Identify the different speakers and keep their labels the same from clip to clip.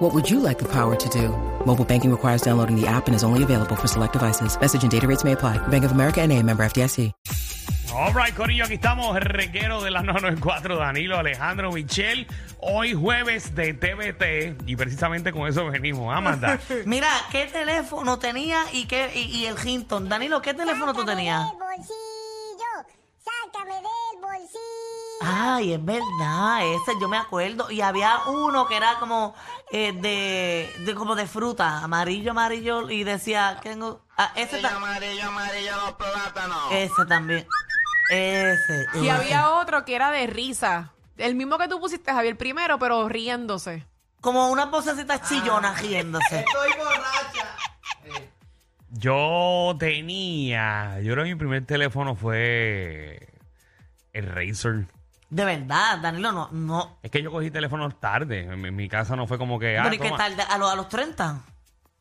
Speaker 1: What would you like the power to do? Mobile banking requires downloading the app and is only available for select devices. Message and data rates may apply. Bank of America and a member FDIC.
Speaker 2: All right, Corillo, aquí estamos, requero de la 994, Danilo, Alejandro, Michel. Hoy jueves de TBT y precisamente con eso venimos, ¿ah, Amanda.
Speaker 3: Mira, ¿qué teléfono tenía y qué y, y el Hinton? Danilo, ¿qué teléfono tú tenías?
Speaker 4: del bolsillo, sácame del bolsillo.
Speaker 3: Ay, es verdad, ese yo me acuerdo. Y había uno que era como eh, de, de- como de fruta, amarillo, amarillo, y decía, tengo. ah, ese, ta-
Speaker 5: amarillo, amarillo, los plátanos.
Speaker 3: ese también. Ese.
Speaker 6: Y
Speaker 3: ese.
Speaker 6: había otro que era de risa. El mismo que tú pusiste, Javier, primero, pero riéndose.
Speaker 3: Como una vocecita chillona riéndose.
Speaker 5: Estoy borracha.
Speaker 2: Yo tenía, yo creo que mi primer teléfono fue el Razer.
Speaker 3: De verdad, Danilo, no. no.
Speaker 2: Es que yo cogí teléfonos tarde, en, en mi casa no fue como que, ah,
Speaker 3: Pero ¿y qué
Speaker 2: toma,
Speaker 3: tal? A, los- a los 30.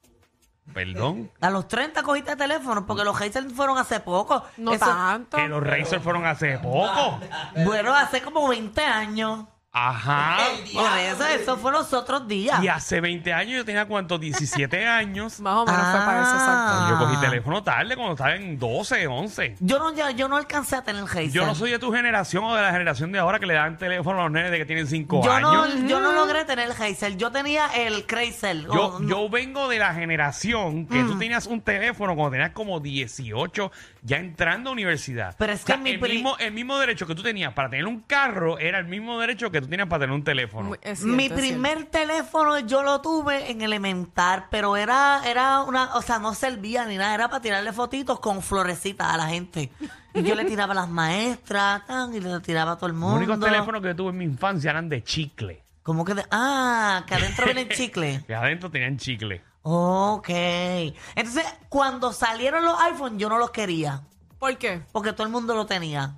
Speaker 2: perdón.
Speaker 3: A los 30 cogiste teléfono, porque los Hazel fueron hace poco.
Speaker 6: No
Speaker 3: Eso-
Speaker 6: tanto.
Speaker 2: Que los Razer fueron hace poco.
Speaker 3: Bueno, hace como 20 años. Ah,
Speaker 2: Ajá.
Speaker 3: Por eso, eso fue los otros días.
Speaker 2: Y hace 20 años yo tenía cuántos, 17 años.
Speaker 6: Más o menos fue para eso, exacto.
Speaker 3: Ah.
Speaker 2: Yo cogí teléfono tarde cuando estaba en 12, 11.
Speaker 3: Yo no, ya- yo no alcancé a tener Hazel.
Speaker 2: Yo no soy de tu generación o de la generación de ahora que le dan teléfono a los nenes de que tienen 5
Speaker 3: Yo no,
Speaker 2: años.
Speaker 3: yo no logré tener Hazel. Yo tenía el Oh, Crazel.
Speaker 2: Yo, yo vengo de la generación que
Speaker 3: Mm.
Speaker 2: tú tenías un teléfono cuando tenías como 18, ya entrando a universidad.
Speaker 3: Pero es que mi
Speaker 2: el,
Speaker 3: pri-
Speaker 2: mismo, el mismo derecho que tú tenías para tener un carro era el mismo derecho que tú tenías para tener un teléfono.
Speaker 6: Muy- es cierto,
Speaker 3: Mi
Speaker 6: es cierto.
Speaker 3: primer teléfono yo lo tuve en elementar, pero era, era una, o sea, no servía ni nada, era para tirarle fotitos con florecitas a la gente. Y yo le tiraba a las maestras, tan, y le tiraba a todo el
Speaker 2: Los
Speaker 3: mundo.
Speaker 2: únicos teléfonos que yo tuve en mi infancia eran de chicle.
Speaker 3: Como que de- ah, que adentro viene el chicle.
Speaker 2: Que adentro tenían chicle.
Speaker 3: Ok. Entonces, cuando salieron los iPhones, yo no los quería.
Speaker 6: ¿Por qué?
Speaker 3: porque todo el mundo lo tenía.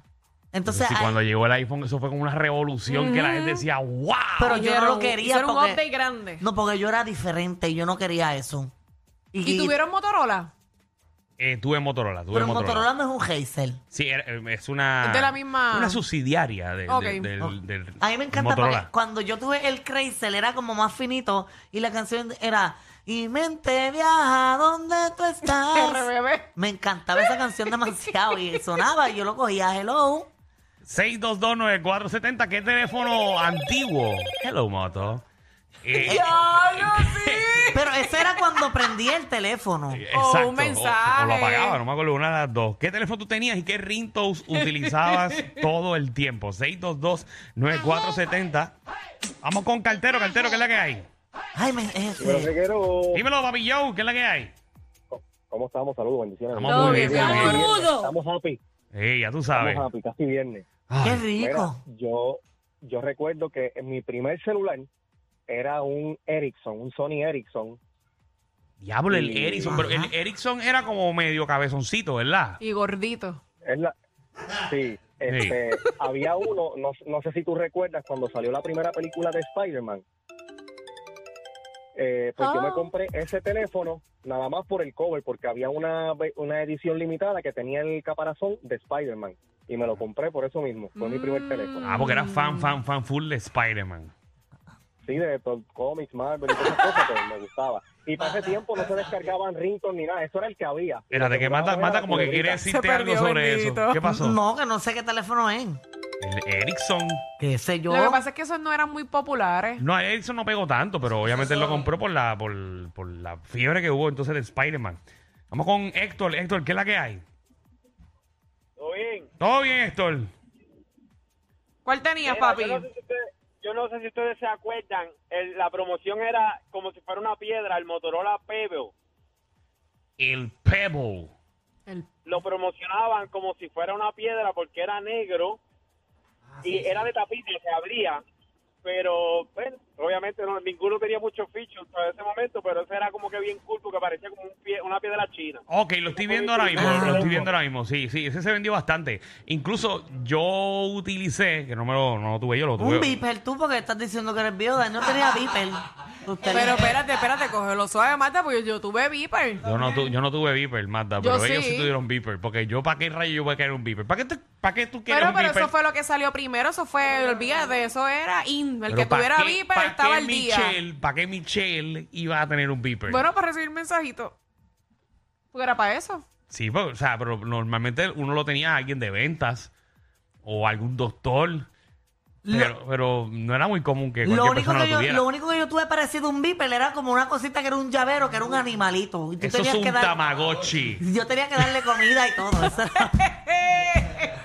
Speaker 3: Entonces,
Speaker 2: y
Speaker 3: ay,
Speaker 2: cuando llegó el iPhone, eso fue como una revolución que la gente decía, ¡wow!
Speaker 3: pero yo no
Speaker 6: Hicieron-
Speaker 3: lo quería.
Speaker 6: hicieron un
Speaker 3: porque-
Speaker 6: update grande.
Speaker 3: No, porque yo era diferente y yo no quería eso.
Speaker 6: ¿Y tuvieron Motorola?
Speaker 2: Eh, tuve Motorola, tuve
Speaker 3: pero
Speaker 2: Motorola.
Speaker 3: Motorola no es un Hazel.
Speaker 2: Sí, era- eh, es una.
Speaker 6: Es de la misma-
Speaker 2: Una subsidiaria de- de-
Speaker 6: Ok.
Speaker 2: del,
Speaker 3: Oh.
Speaker 2: del
Speaker 3: A mí me encanta
Speaker 2: Motorola.
Speaker 3: porque cuando yo tuve el Crazel era como más finito y la canción era Y mente viaja, ¿dónde tú estás?
Speaker 6: RBB.
Speaker 3: me encantaba esa canción demasiado y sonaba y yo lo cogía, hello.
Speaker 2: 6229470, que es teléfono antiguo. Hello, moto. Eh,
Speaker 3: Pero eso era cuando prendí el teléfono.
Speaker 2: eh, exacto.
Speaker 6: O un mensaje.
Speaker 2: O, o lo apagaba, no me acuerdo, una de las dos. ¿Qué teléfono tú tenías y qué ringtones utilizabas todo el tiempo? 6229470. Vamos con Cartero, Cartero, ¿qué es la que hay?
Speaker 3: Ay, me, eh,
Speaker 7: Pero
Speaker 3: ese.
Speaker 7: reguero,
Speaker 2: Dímelo, papi Joe, ¿qué es la que hay?
Speaker 7: ¿cómo estamos? Saludos, bendiciones.
Speaker 2: Estamos
Speaker 6: Todo
Speaker 2: muy
Speaker 6: bien,
Speaker 2: bien,
Speaker 6: mi
Speaker 2: muy bien.
Speaker 6: amor.
Speaker 7: Estamos happy,
Speaker 2: Eh, ya tú sabes.
Speaker 7: estamos happy, casi viernes.
Speaker 3: qué
Speaker 2: Ay,
Speaker 3: rico.
Speaker 7: Mira, yo, yo recuerdo que en mi primer celular era un Ericsson, un Sony Ericsson.
Speaker 2: diablo, el
Speaker 7: Y-
Speaker 2: Ericsson. Pero el
Speaker 3: Ajá.
Speaker 2: Ericsson era como medio cabezoncito, ¿verdad?
Speaker 6: Y gordito.
Speaker 7: Es la, sí, este, había uno, no, no sé si tú recuerdas, cuando salió la primera película de Spider-Man. Eh, pues yo me
Speaker 6: Ah.
Speaker 7: compré ese teléfono nada más por el cover, porque había una, ve- una edición limitada que tenía el caparazón de Spider-Man. Y me lo compré por eso mismo. Fue mi primer teléfono.
Speaker 2: Ah, porque era fan, fan, fan full de Spider-Man.
Speaker 7: Sí, de to- cómics, Marvel y todas esas cosas, pero me gustaba. Y para ese tiempo no se descargaban ringtones ni nada, eso era el que había.
Speaker 2: Espérate, que mata, mata como que quiere
Speaker 7: quieres
Speaker 2: decirte
Speaker 6: Se
Speaker 2: algo
Speaker 6: perdió,
Speaker 2: sobre
Speaker 6: bendito.
Speaker 2: eso. ¿Qué pasó?
Speaker 3: No, que no sé qué teléfono es.
Speaker 2: El Ericsson.
Speaker 3: Qué sé yo.
Speaker 6: Lo que pasa es que esos no eran muy populares.
Speaker 2: No, Ericsson no pegó tanto, pero obviamente él lo compró por la, por, por la fiebre que hubo entonces de Spider-Man. Vamos con Héctor. Héctor, ¿qué es la que hay?
Speaker 8: Todo bien.
Speaker 2: Todo bien, Héctor.
Speaker 6: ¿Cuál tenías,
Speaker 8: Mira,
Speaker 6: papi?
Speaker 8: Yo no sé si ustedes, yo no sé si ustedes se acuerdan, el- la promoción era como si fuera una piedra, el Motorola Pebble.
Speaker 2: El Pebble.
Speaker 6: El-
Speaker 8: Lo promocionaban como si fuera una piedra porque era negro y era de tapita, se abría, pero bueno, Obviamente no, ninguno tenía muchos features en ese momento, pero ese era como que bien cool porque parecía como un pie, una piedra china.
Speaker 2: Ok, lo estoy viendo ahora mismo,
Speaker 3: Ah.
Speaker 2: lo estoy viendo ahora mismo, sí, sí, ese se vendió bastante. Incluso yo utilicé, que no me lo, no lo tuve yo, lo tuve.
Speaker 3: Un viper tú porque estás diciendo que eres viuda. Él no tenía viper. Usted-
Speaker 6: Pero espérate, espérate, cógelo suave, Marta, porque yo tuve Viper.
Speaker 2: Yo no, tu- yo no tuve Viper, Magda,
Speaker 6: Yo
Speaker 2: pero ellos sí
Speaker 6: sí.
Speaker 2: tuvieron Viper. Porque yo, ¿para qué rayo yo voy a querer un Viper? ¿Para qué, tú- para qué tú quieres
Speaker 6: Pero,
Speaker 2: un
Speaker 6: pero
Speaker 2: Viper?
Speaker 6: eso fue lo que salió primero, eso fue, olvídate, eso era in. El
Speaker 2: Pero
Speaker 6: que
Speaker 2: ¿para
Speaker 6: tuviera
Speaker 2: qué-
Speaker 6: Viper
Speaker 2: para
Speaker 6: estaba
Speaker 2: qué
Speaker 6: al día.
Speaker 2: Michelle- ¿Para qué Michelle iba a tener un Viper?
Speaker 6: Bueno, para recibir mensajitos. Porque era para eso.
Speaker 2: Sí, pero, o sea, pero normalmente uno lo tenía a alguien de ventas o algún doctor.
Speaker 3: Lo-
Speaker 2: Pero, pero no era muy común que
Speaker 3: Lo
Speaker 2: cualquier
Speaker 3: único,
Speaker 2: persona lo
Speaker 3: que yo,
Speaker 2: tuviera.
Speaker 3: lo único que yo tuve parecido a un viper era como una cosita que era un llavero, que era un animalito. Y tú
Speaker 2: Eso es
Speaker 3: tenías
Speaker 2: un
Speaker 3: que dar-
Speaker 2: tamagotchi.
Speaker 3: Yo tenía que darle comida y todo. eso era-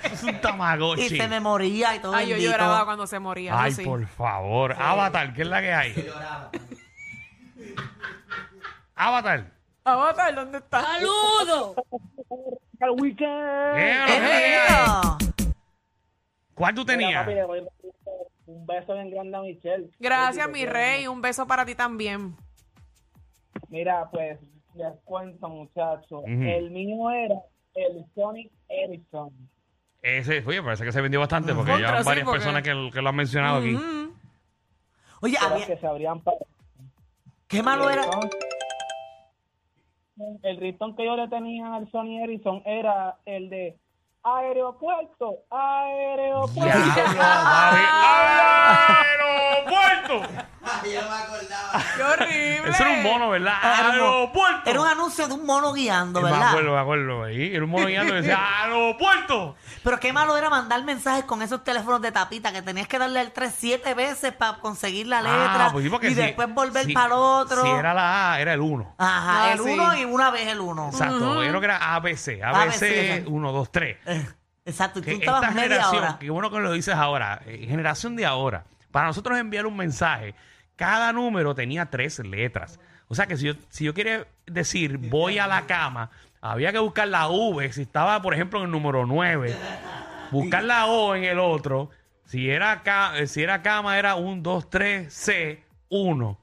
Speaker 2: Eso es un
Speaker 3: y
Speaker 2: tamagotchi.
Speaker 3: se me moría y todo.
Speaker 6: Ay, yo
Speaker 3: bendito.
Speaker 6: lloraba cuando se moría. yo
Speaker 2: Ay,
Speaker 6: sí.
Speaker 2: por favor. Avatar, ¿qué es la que hay? Avatar.
Speaker 6: Avatar, ¿dónde está?
Speaker 2: ¿Qué es lo
Speaker 3: ¡Qué
Speaker 2: que hay?
Speaker 3: rico!
Speaker 2: ¿Cuál tú tenías?
Speaker 5: Un beso bien grande a Michelle.
Speaker 6: Gracias, mi rey. Un beso para ti también.
Speaker 5: Mira, pues, les cuento, muchachos.
Speaker 2: Ujú.
Speaker 5: El mío era el Sonic Ericsson.
Speaker 2: Ese, oye, parece que se vendió bastante porque
Speaker 6: Contra,
Speaker 2: ya
Speaker 6: sí,
Speaker 2: varias
Speaker 6: porque-
Speaker 2: personas que, lo- que lo han mencionado aquí.
Speaker 6: Mm,
Speaker 3: Oye,
Speaker 5: Era
Speaker 3: había-
Speaker 5: que se abrían para...
Speaker 3: qué malo Ah, era.
Speaker 5: El ritón que yo le tenía al Sony Ericsson era el de aeropuerto, aeropuerto.
Speaker 2: ¡Aeropuerto!
Speaker 5: Ah, yo no me acordaba.
Speaker 6: ¡Qué horrible!
Speaker 2: Ese era un mono, ¿verdad?
Speaker 3: Ah, era un mono.
Speaker 2: ¡Aeropuerto!
Speaker 3: Era un anuncio de un mono guiando,
Speaker 2: me
Speaker 3: ¿verdad?
Speaker 2: acuerdo, me acuerdo. ahí. Era un mono guiando que decía ¡Aeropuerto!
Speaker 3: Pero qué malo era mandar mensajes con esos teléfonos de tapita que tenías que darle al 3 siete veces para conseguir la letra
Speaker 2: Ah, pues sí, porque
Speaker 3: y
Speaker 2: si-
Speaker 3: después volver
Speaker 2: si-
Speaker 3: para el otro.
Speaker 2: Si era la A, era el 1.
Speaker 3: Ajá,
Speaker 6: Ah,
Speaker 3: el
Speaker 6: sí.
Speaker 3: uno y una vez el uno.
Speaker 2: Exacto. Yo creo que era ABC. ABC,
Speaker 3: ABC.
Speaker 2: 1, 2, 3.
Speaker 3: Eh, Exacto, y tú
Speaker 2: Que
Speaker 3: estabas media
Speaker 2: generación,
Speaker 3: hora.
Speaker 2: qué bueno que lo dices ahora, eh, generación de ahora, para nosotros enviar un mensaje, cada número tenía tres letras. O sea que si yo, si yo quería decir voy a la cama, había que buscar la V, si estaba por ejemplo en el número 9, buscar la O en el otro, si era, ca- eh, si era cama era 1, 2, 3, C, 1,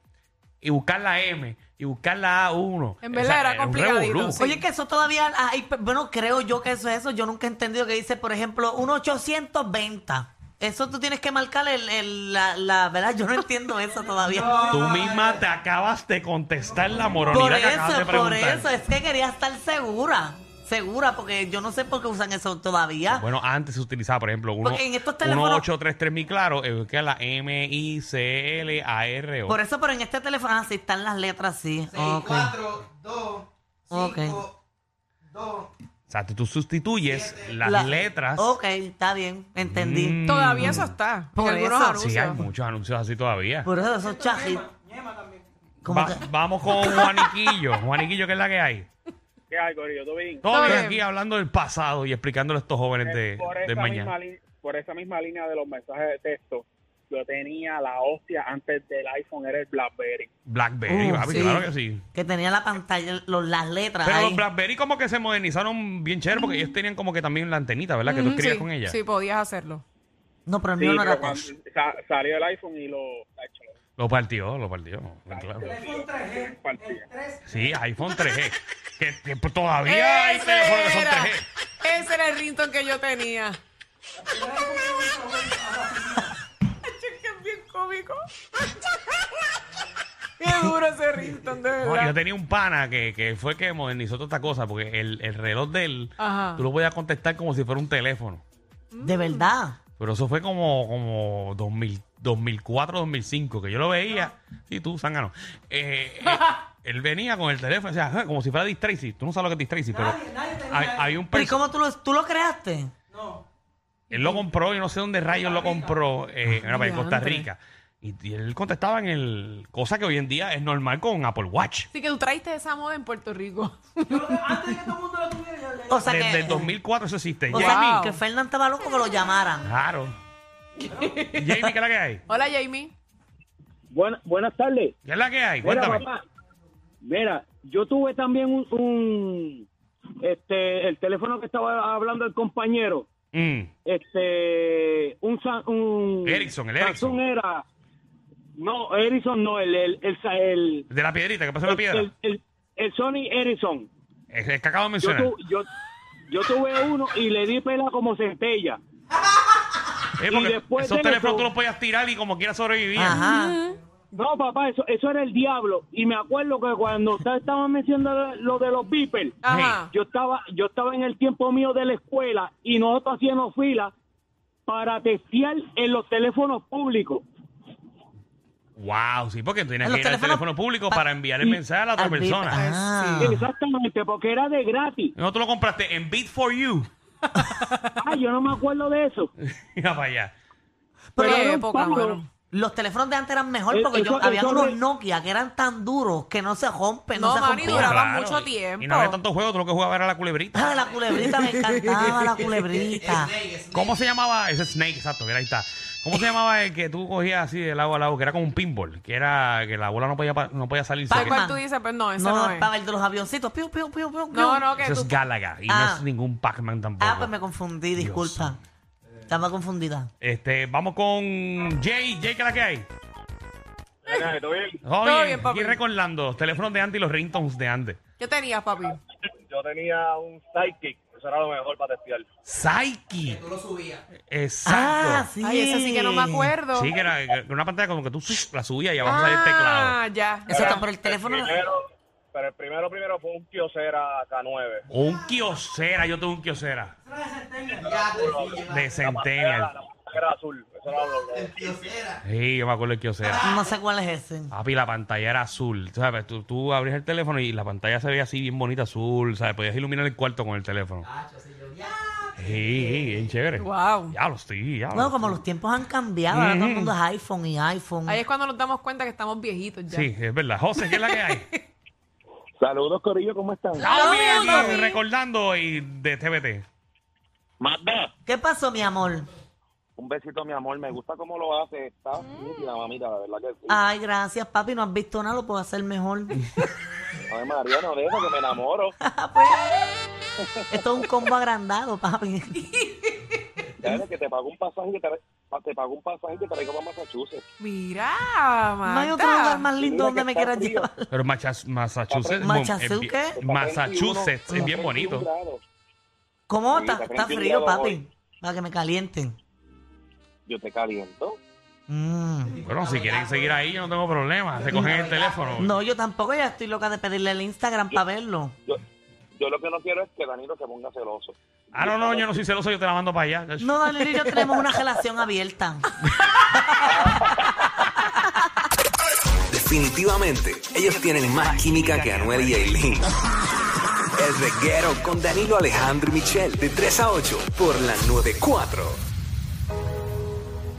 Speaker 2: y buscar la M, y buscar la A, 1.
Speaker 6: En verdad era complicadito, sí.
Speaker 3: Oye, que eso todavía, ay, pe- bueno, creo yo que eso es eso. Yo nunca he entendido que dice, por ejemplo, un 820. Eso tú tienes que marcar el, el- la, la- ¿verdad? Yo no entiendo eso todavía.
Speaker 2: Tú misma te acabas de contestar la moronidad
Speaker 3: Por
Speaker 2: que acabas de
Speaker 3: eso, por
Speaker 2: preguntar.
Speaker 3: eso, es que quería estar segura, segura, porque yo no sé por qué usan eso todavía.
Speaker 2: Bueno, antes se utilizaba, por ejemplo, uno,
Speaker 3: Porque en estos teléfonos-
Speaker 2: 1833 mi claro, eh, que es la M I C L A R O.
Speaker 3: Por eso, pero en este teléfono así están las letras, sí. Ok.
Speaker 9: 4, 2, 5,
Speaker 3: Ok.
Speaker 9: 2.
Speaker 2: O sea, tú, tú sustituyes las
Speaker 3: La-
Speaker 2: letras.
Speaker 3: Ok, está bien, entendí.
Speaker 2: Mm.
Speaker 6: Todavía eso está.
Speaker 3: Por
Speaker 6: en algunos
Speaker 3: eso.
Speaker 6: anuncios.
Speaker 2: Sí, hay muchos anuncios así todavía.
Speaker 3: Por eso esos chajitos. Como
Speaker 2: Va-
Speaker 3: que-
Speaker 2: vamos con Juaniquillo. Juaniquillo, ¿qué es la que hay?
Speaker 8: ¿Qué hay, Corillo? ¿Todo bien? Eh,
Speaker 2: Todo
Speaker 6: bien.
Speaker 2: aquí hablando del pasado y explicándole a estos jóvenes de,
Speaker 8: por,
Speaker 2: del
Speaker 8: esa misma
Speaker 2: mañana.
Speaker 8: li- por esa misma línea de los mensajes de texto, yo tenía la hostia antes del iPhone, era el BlackBerry.
Speaker 2: Blackberry,
Speaker 3: Uh,
Speaker 2: papi,
Speaker 3: sí.
Speaker 2: claro que sí.
Speaker 3: que tenía la pantalla, los- las letras
Speaker 2: Pero los
Speaker 3: ahí.
Speaker 2: Blackberry como que se modernizaron bien chévere porque ellos tenían como que también la antenita, ¿verdad? Que tú
Speaker 6: Ujú,
Speaker 2: escribías
Speaker 6: Mm, sí,
Speaker 2: con ella.
Speaker 6: Sí, podías hacerlo.
Speaker 3: No, pero el
Speaker 8: Sí,
Speaker 3: mío no pues.
Speaker 8: pero
Speaker 3: era
Speaker 8: cuando
Speaker 3: touch.
Speaker 8: sa- salió el iPhone y lo... tacho,
Speaker 2: Lo partió, lo partió. Claro.
Speaker 8: partía.
Speaker 2: Sí, iPhone 3G. que, que pues, todavía hay teléfonos que son 3G.
Speaker 6: era, ese era el rington que yo tenía. Ay, es que es bien cómico. Qué duro ese rington, de
Speaker 2: No, yo
Speaker 6: verdad.
Speaker 2: tenía un pana que, que fue que modernizó toda esta cosa porque el, el reloj de él,
Speaker 6: Ajá.
Speaker 2: tú lo podías contestar como si fuera un teléfono.
Speaker 3: De verdad.
Speaker 2: Pero eso fue como, como 2000, 2004, 2005, que yo lo veía. Sí, tú, zángano. Eh, eh, él venía con el teléfono, o sea, "Ah", como si fuera Dick Tracy. Tú no sabes lo que es Dick Tracy, pero hay, hay un
Speaker 3: Pero ¿y
Speaker 2: personaje.
Speaker 3: cómo tú lo, tú lo creaste?
Speaker 2: Él lo compró, yo no sé dónde rayos lo compró, eh, era para en Costa
Speaker 6: diantre.
Speaker 2: Rica. Y, y él contestaba en el. Cosa que hoy en día es normal con Apple Watch.
Speaker 6: Así que tú traíste esa moda en Puerto Rico.
Speaker 3: O sea
Speaker 2: Desde
Speaker 3: que.
Speaker 2: el 2004 eso existe.
Speaker 3: o sea,
Speaker 2: Jamie.
Speaker 6: Wow.
Speaker 3: que Fernán estaba loco que lo llamaran.
Speaker 2: Claro. Jamie, ¿qué es la que hay?
Speaker 6: Hola, Jamie.
Speaker 5: buenas tardes.
Speaker 2: ¿Qué es la que hay?
Speaker 5: Mira,
Speaker 2: Cuéntame.
Speaker 5: papá, mira, yo tuve también un, un, este, el teléfono que estaba hablando el compañero,
Speaker 2: Mm,
Speaker 5: este, un, Sa- un
Speaker 2: Ericsson, el Ericsson.
Speaker 5: Samsung era No, Edison no, el, el, el, el,
Speaker 2: De la piedrita, que pasó la
Speaker 5: el,
Speaker 3: Este-
Speaker 2: piedra.
Speaker 5: el- el- el Sony Edison.
Speaker 2: Es el que acabo de
Speaker 5: Yo,
Speaker 2: mencionar.
Speaker 5: tu- yo, yo tuve uno y le di pela como centella.
Speaker 2: Eh,
Speaker 5: y
Speaker 2: porque
Speaker 5: después
Speaker 2: esos
Speaker 5: de
Speaker 2: teléfonos
Speaker 5: eso-
Speaker 2: tú los podías tirar y como quieras sobrevivir.
Speaker 3: Ajá.
Speaker 5: No, papá, eso, eso era el diablo. Y me acuerdo que cuando usted estaba mencionando lo de los beepers,
Speaker 6: Ajá.
Speaker 5: yo estaba, yo estaba en el tiempo mío de la escuela y nosotros hacíamos fila para testear en los teléfonos públicos.
Speaker 2: Wow, sí, porque tienes
Speaker 3: En
Speaker 2: que
Speaker 3: los
Speaker 2: ir al
Speaker 3: teléfonos-
Speaker 2: teléfono público
Speaker 3: pa-
Speaker 2: para enviar el mensaje a la otra
Speaker 3: Al beep.
Speaker 2: persona.
Speaker 3: Ah.
Speaker 5: Exactamente, porque era de gratis.
Speaker 2: No, tú lo compraste en Beat for You.
Speaker 5: Ah, yo no me acuerdo de eso.
Speaker 2: Mira para allá.
Speaker 6: Pero
Speaker 5: era un
Speaker 6: época,
Speaker 5: palo.
Speaker 6: mano.
Speaker 3: Los teléfonos de antes eran mejor
Speaker 5: Eh,
Speaker 3: porque yo,
Speaker 5: eso-
Speaker 3: había
Speaker 5: eso
Speaker 3: unos
Speaker 5: re-
Speaker 3: Nokia que eran tan duros que no se rompen, no,
Speaker 6: No,
Speaker 3: se
Speaker 6: mano, y
Speaker 3: rompían.
Speaker 6: duraban mucho
Speaker 2: y- Y
Speaker 6: tiempo.
Speaker 2: no había tantos juegos, tú lo que jugabas era la culebrita.
Speaker 3: Ah, la culebrita me encantaba, la culebrita.
Speaker 9: Snake, Snake.
Speaker 2: ¿Cómo se llamaba ese Snake? Exacto, que era ahí está. ¿Cómo se llamaba el que tú cogías así de lado a lado? Que era como un pinball, que era que la bola no podía, pa- no podía salir.
Speaker 3: Pa-
Speaker 6: ¿Cuál
Speaker 3: Pac-Man.
Speaker 6: tú dices? Pues no, ese
Speaker 3: No,
Speaker 6: no,
Speaker 3: no,
Speaker 6: es.
Speaker 3: para el de los avioncitos. Piu, piu, piu, piu, piu.
Speaker 6: No, no, que
Speaker 2: Eso
Speaker 6: tú...
Speaker 2: es Galaga y no
Speaker 3: Ah.
Speaker 2: es ningún Pac-Man tampoco.
Speaker 3: Ah, pues me confundí, disculpa. Estaba confundida.
Speaker 2: Este, vamos con Jay. Jay, ¿qué es la que hay?
Speaker 8: Nena, ¿todo bien?
Speaker 2: Todo
Speaker 6: Todo
Speaker 2: bien,
Speaker 6: bien, papi.
Speaker 2: Aquí recordando los teléfonos de antes y los ringtones de antes.
Speaker 6: ¿Qué tenías, papi?
Speaker 7: Yo tenía un sidekick, eso era lo mejor para testear.
Speaker 2: Psyche.
Speaker 9: Tú lo subías.
Speaker 3: Ah,
Speaker 2: Exacto.
Speaker 3: sí.
Speaker 6: Ay, ese Ah, sí que no me acuerdo.
Speaker 2: sí, que era que- que una pantalla como que tú sus, la subías y abajo salía el teclado.
Speaker 6: Ah, ya.
Speaker 3: Eso
Speaker 6: ya.
Speaker 3: está por el teléfono.
Speaker 7: Primero, pero el primero primero fue un kiosera K9.
Speaker 2: O un kiosera, yo tuve un kiosera
Speaker 9: Ya, te
Speaker 2: de
Speaker 7: Era la,
Speaker 2: Centennial.
Speaker 7: la- era azul, eso era lo- lo-
Speaker 9: Diosera.
Speaker 2: Sí, yo me acuerdo del kiosera.
Speaker 3: No sé cuál es ese.
Speaker 2: Papi, la pantalla era azul. Tú ¿Sabes? Tú, tú abrías el teléfono y la pantalla se veía así bien bonita, azul. ¿Sabes? Podías iluminar el cuarto con el teléfono. Sí, sí, bien chévere.
Speaker 6: Wow.
Speaker 2: Ya lo estoy, ya.
Speaker 3: No,
Speaker 2: lo-
Speaker 3: como los tiempos han cambiado, ahora todo el mundo es iPhone y iPhone.
Speaker 6: Ahí es cuando nos damos cuenta que estamos viejitos ya.
Speaker 2: Sí, es verdad. José, ¿qué es la que hay?
Speaker 7: Saludos, Corillo, ¿cómo están?
Speaker 2: Papi, aquí
Speaker 6: papi.
Speaker 2: recordando y de TBT.
Speaker 7: Magda,
Speaker 3: ¿Qué pasó, mi amor?
Speaker 7: un besito, mi amor. Me gusta cómo lo hace. Está nítida, mamita, la verdad que sí.
Speaker 3: Ay, gracias, papi. No has visto nada, lo puedo hacer mejor.
Speaker 7: A ver, María, no dejo que me enamoro.
Speaker 3: Esto es un combo agrandado, papi.
Speaker 7: Dale, que te pago un pasaje y te, tra- te pago un pasaje y te traigo para Massachusetts.
Speaker 6: Mira,
Speaker 3: No hay otro lugar
Speaker 6: Magda.
Speaker 3: más lindo
Speaker 7: Mira
Speaker 3: donde
Speaker 7: que
Speaker 3: me
Speaker 7: está
Speaker 3: quieras
Speaker 7: frío.
Speaker 3: llevar.
Speaker 2: Pero Machas- Massachusetts. es
Speaker 3: ¿Machas-
Speaker 2: bien-
Speaker 3: qué?
Speaker 7: Está
Speaker 2: Massachusetts
Speaker 7: 31,
Speaker 2: es bien bonito.
Speaker 7: 31 grados.
Speaker 3: ¿Cómo
Speaker 7: Sí,
Speaker 3: está?
Speaker 7: está
Speaker 3: Está
Speaker 7: 31
Speaker 3: frío,
Speaker 7: grados
Speaker 3: papi.
Speaker 7: hoy.
Speaker 3: Para que me calienten.
Speaker 7: Yo te caliento.
Speaker 3: Mm.
Speaker 2: Bueno, si quieren seguir ahí, yo no tengo problema. Se cogen el teléfono.
Speaker 3: No, yo tampoco, ya estoy loca de pedirle el Instagram para verlo.
Speaker 7: Yo, yo lo que no quiero es que Danilo se ponga celoso.
Speaker 2: Ah, no, no, yo no soy celoso, yo te la mando para allá.
Speaker 3: No, Daniel y yo tenemos una relación abierta.
Speaker 10: Definitivamente, ellos tienen más química que Anuel y Aileen. El reguero con Danilo Alejandro y Michel, de 3 a 8, por la 94. 4